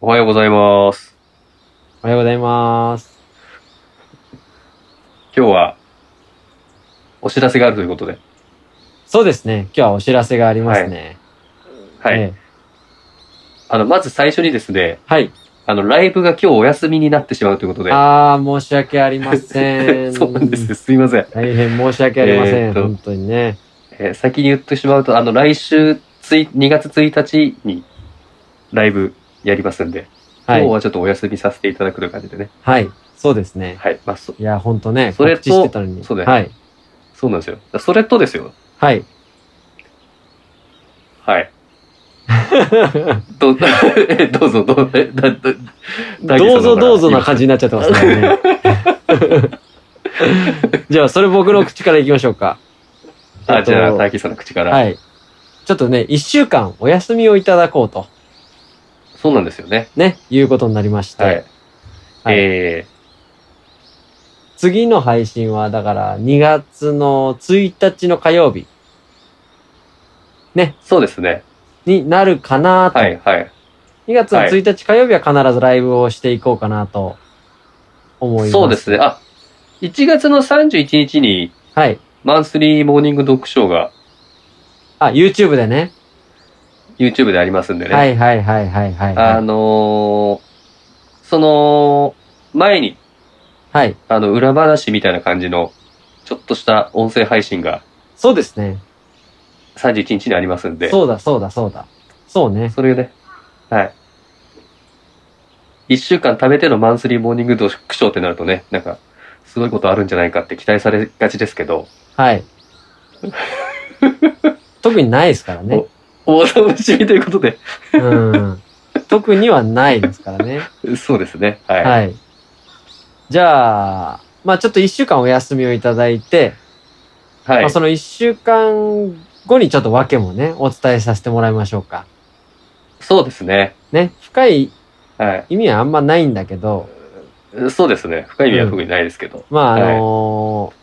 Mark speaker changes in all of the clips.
Speaker 1: おはようございます。
Speaker 2: おはようございます。
Speaker 1: 今日は、お知らせがあるということで。
Speaker 2: そうですね。今日はお知らせがありますね。
Speaker 1: はい。
Speaker 2: ええ
Speaker 1: あの、まず最初にですね、
Speaker 2: はい。
Speaker 1: あの、ライブが今日お休みになってしまうということで。
Speaker 2: ああ、申し訳ありませ ん。
Speaker 1: そうなんです。すいません。
Speaker 2: 大変申し訳ありませ
Speaker 1: えー
Speaker 2: ん。
Speaker 1: っと
Speaker 2: 本当にね。
Speaker 1: えー先に言ってしまうと、あの、来週つい、2月1日に、ライブやりますんで、
Speaker 2: は
Speaker 1: 今日
Speaker 2: い。
Speaker 1: はちょっとお休みさせていただくという感じでね。
Speaker 2: はい。そうですね。
Speaker 1: はい。まあ、そ
Speaker 2: いや、本当ね。
Speaker 1: それと
Speaker 2: 告知してたのに。
Speaker 1: そうだよ
Speaker 2: はい。
Speaker 1: そうなんですよ。それとですよ。
Speaker 2: はい。
Speaker 1: はい。ど どうぞ、どうぞ、だだ大吉さ
Speaker 2: どうん
Speaker 1: の方
Speaker 2: ぞ
Speaker 1: が
Speaker 2: どうぞな感じになっちゃってます ね。じゃあ、それ僕の口からいきましょうか。
Speaker 1: あ、じゃあ、
Speaker 2: えっと
Speaker 1: 大吉さんの口から。
Speaker 2: はい。ちょっとね、一週間お休みをいただこうと、
Speaker 1: そうなんですよね。
Speaker 2: ね、いうことになりまして。
Speaker 1: はい。
Speaker 2: はい
Speaker 1: え
Speaker 2: 次の配信は、だから、2月の1日の火曜日
Speaker 1: ー、そうですね。
Speaker 2: になるかなと。
Speaker 1: はい、はい。
Speaker 2: 2月の1日火曜日は必ずライブをしていこうかなと思います。
Speaker 1: そうですね。あ、1月の31日に、
Speaker 2: はい。
Speaker 1: マンスリーモーニング読書が
Speaker 2: あ、YouTube でね。
Speaker 1: YouTube でありますんでね。
Speaker 2: はいはいはいはいはい。
Speaker 1: あのーその、前に、
Speaker 2: はい。
Speaker 1: あの、裏話みたいな感じの、ちょっとした音声配信が
Speaker 2: そうですね。
Speaker 1: 31日にありますんで。
Speaker 2: そうだそうだそうだ。そうね。
Speaker 1: それね、はい。一週間食べてのマンスリーモーニング読書ってなるとね、なんか、すごいことあるんじゃないかって期待されがちですけど、
Speaker 2: はい。特にないですからね。
Speaker 1: お楽しみということで、
Speaker 2: うん。特にはないですからね。
Speaker 1: そうですね。はい。
Speaker 2: はい。じゃあ、まあちょっと一週間お休みをいただいて、
Speaker 1: はい。
Speaker 2: まあその一週間後にちょっと訳もね、お伝えさせてもらいましょうか。
Speaker 1: そうですね。
Speaker 2: ね、深い
Speaker 1: は
Speaker 2: 意味はあんまないんだけど、
Speaker 1: い。そうですね。深い意味は特にないですけど。
Speaker 2: まああのー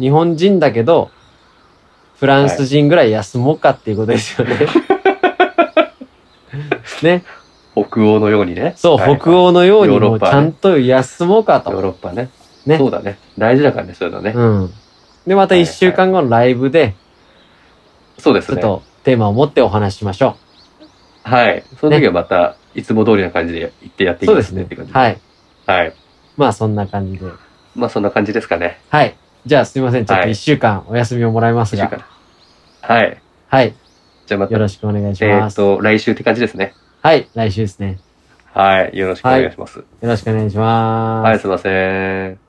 Speaker 2: 日本人だけど、フランス人ぐらい休もうかっていうことです よね。ね、
Speaker 1: 北欧のようにね。
Speaker 2: そう、
Speaker 1: はい
Speaker 2: 北欧のよう
Speaker 1: ヨ
Speaker 2: に
Speaker 1: ーロ
Speaker 2: も
Speaker 1: ッ
Speaker 2: う
Speaker 1: パ
Speaker 2: ち
Speaker 1: ね
Speaker 2: ゃんと休もうかと。
Speaker 1: ヨーロッパね。
Speaker 2: ね
Speaker 1: そうだね。大事だからね、そういうのね。
Speaker 2: うん。で、また一週間後のライブで、
Speaker 1: そうです
Speaker 2: ちょっ
Speaker 1: ね。
Speaker 2: とテーマを持ってお話ししましょう。
Speaker 1: はい。その時はまた、いつも通りな感じで行ってやっていき
Speaker 2: そう
Speaker 1: ま
Speaker 2: ですす
Speaker 1: ね
Speaker 2: ね
Speaker 1: って感じ。
Speaker 2: はい。
Speaker 1: はい。
Speaker 2: まあそんな感じで。
Speaker 1: まあそんな感じですかね。
Speaker 2: はい。じゃあすみません。ちょっ
Speaker 1: は
Speaker 2: と
Speaker 1: い
Speaker 2: 一週間お休みをもらいます
Speaker 1: 一
Speaker 2: が。
Speaker 1: 週間はい。
Speaker 2: はい。
Speaker 1: じゃあまた
Speaker 2: よろしくお願いし
Speaker 1: え
Speaker 2: ま
Speaker 1: っ
Speaker 2: す。
Speaker 1: と、来週って感じですね。
Speaker 2: はい。来週ですね。
Speaker 1: はい。よろしくお願いします。
Speaker 2: よろしくお願いします。
Speaker 1: はい、すいません。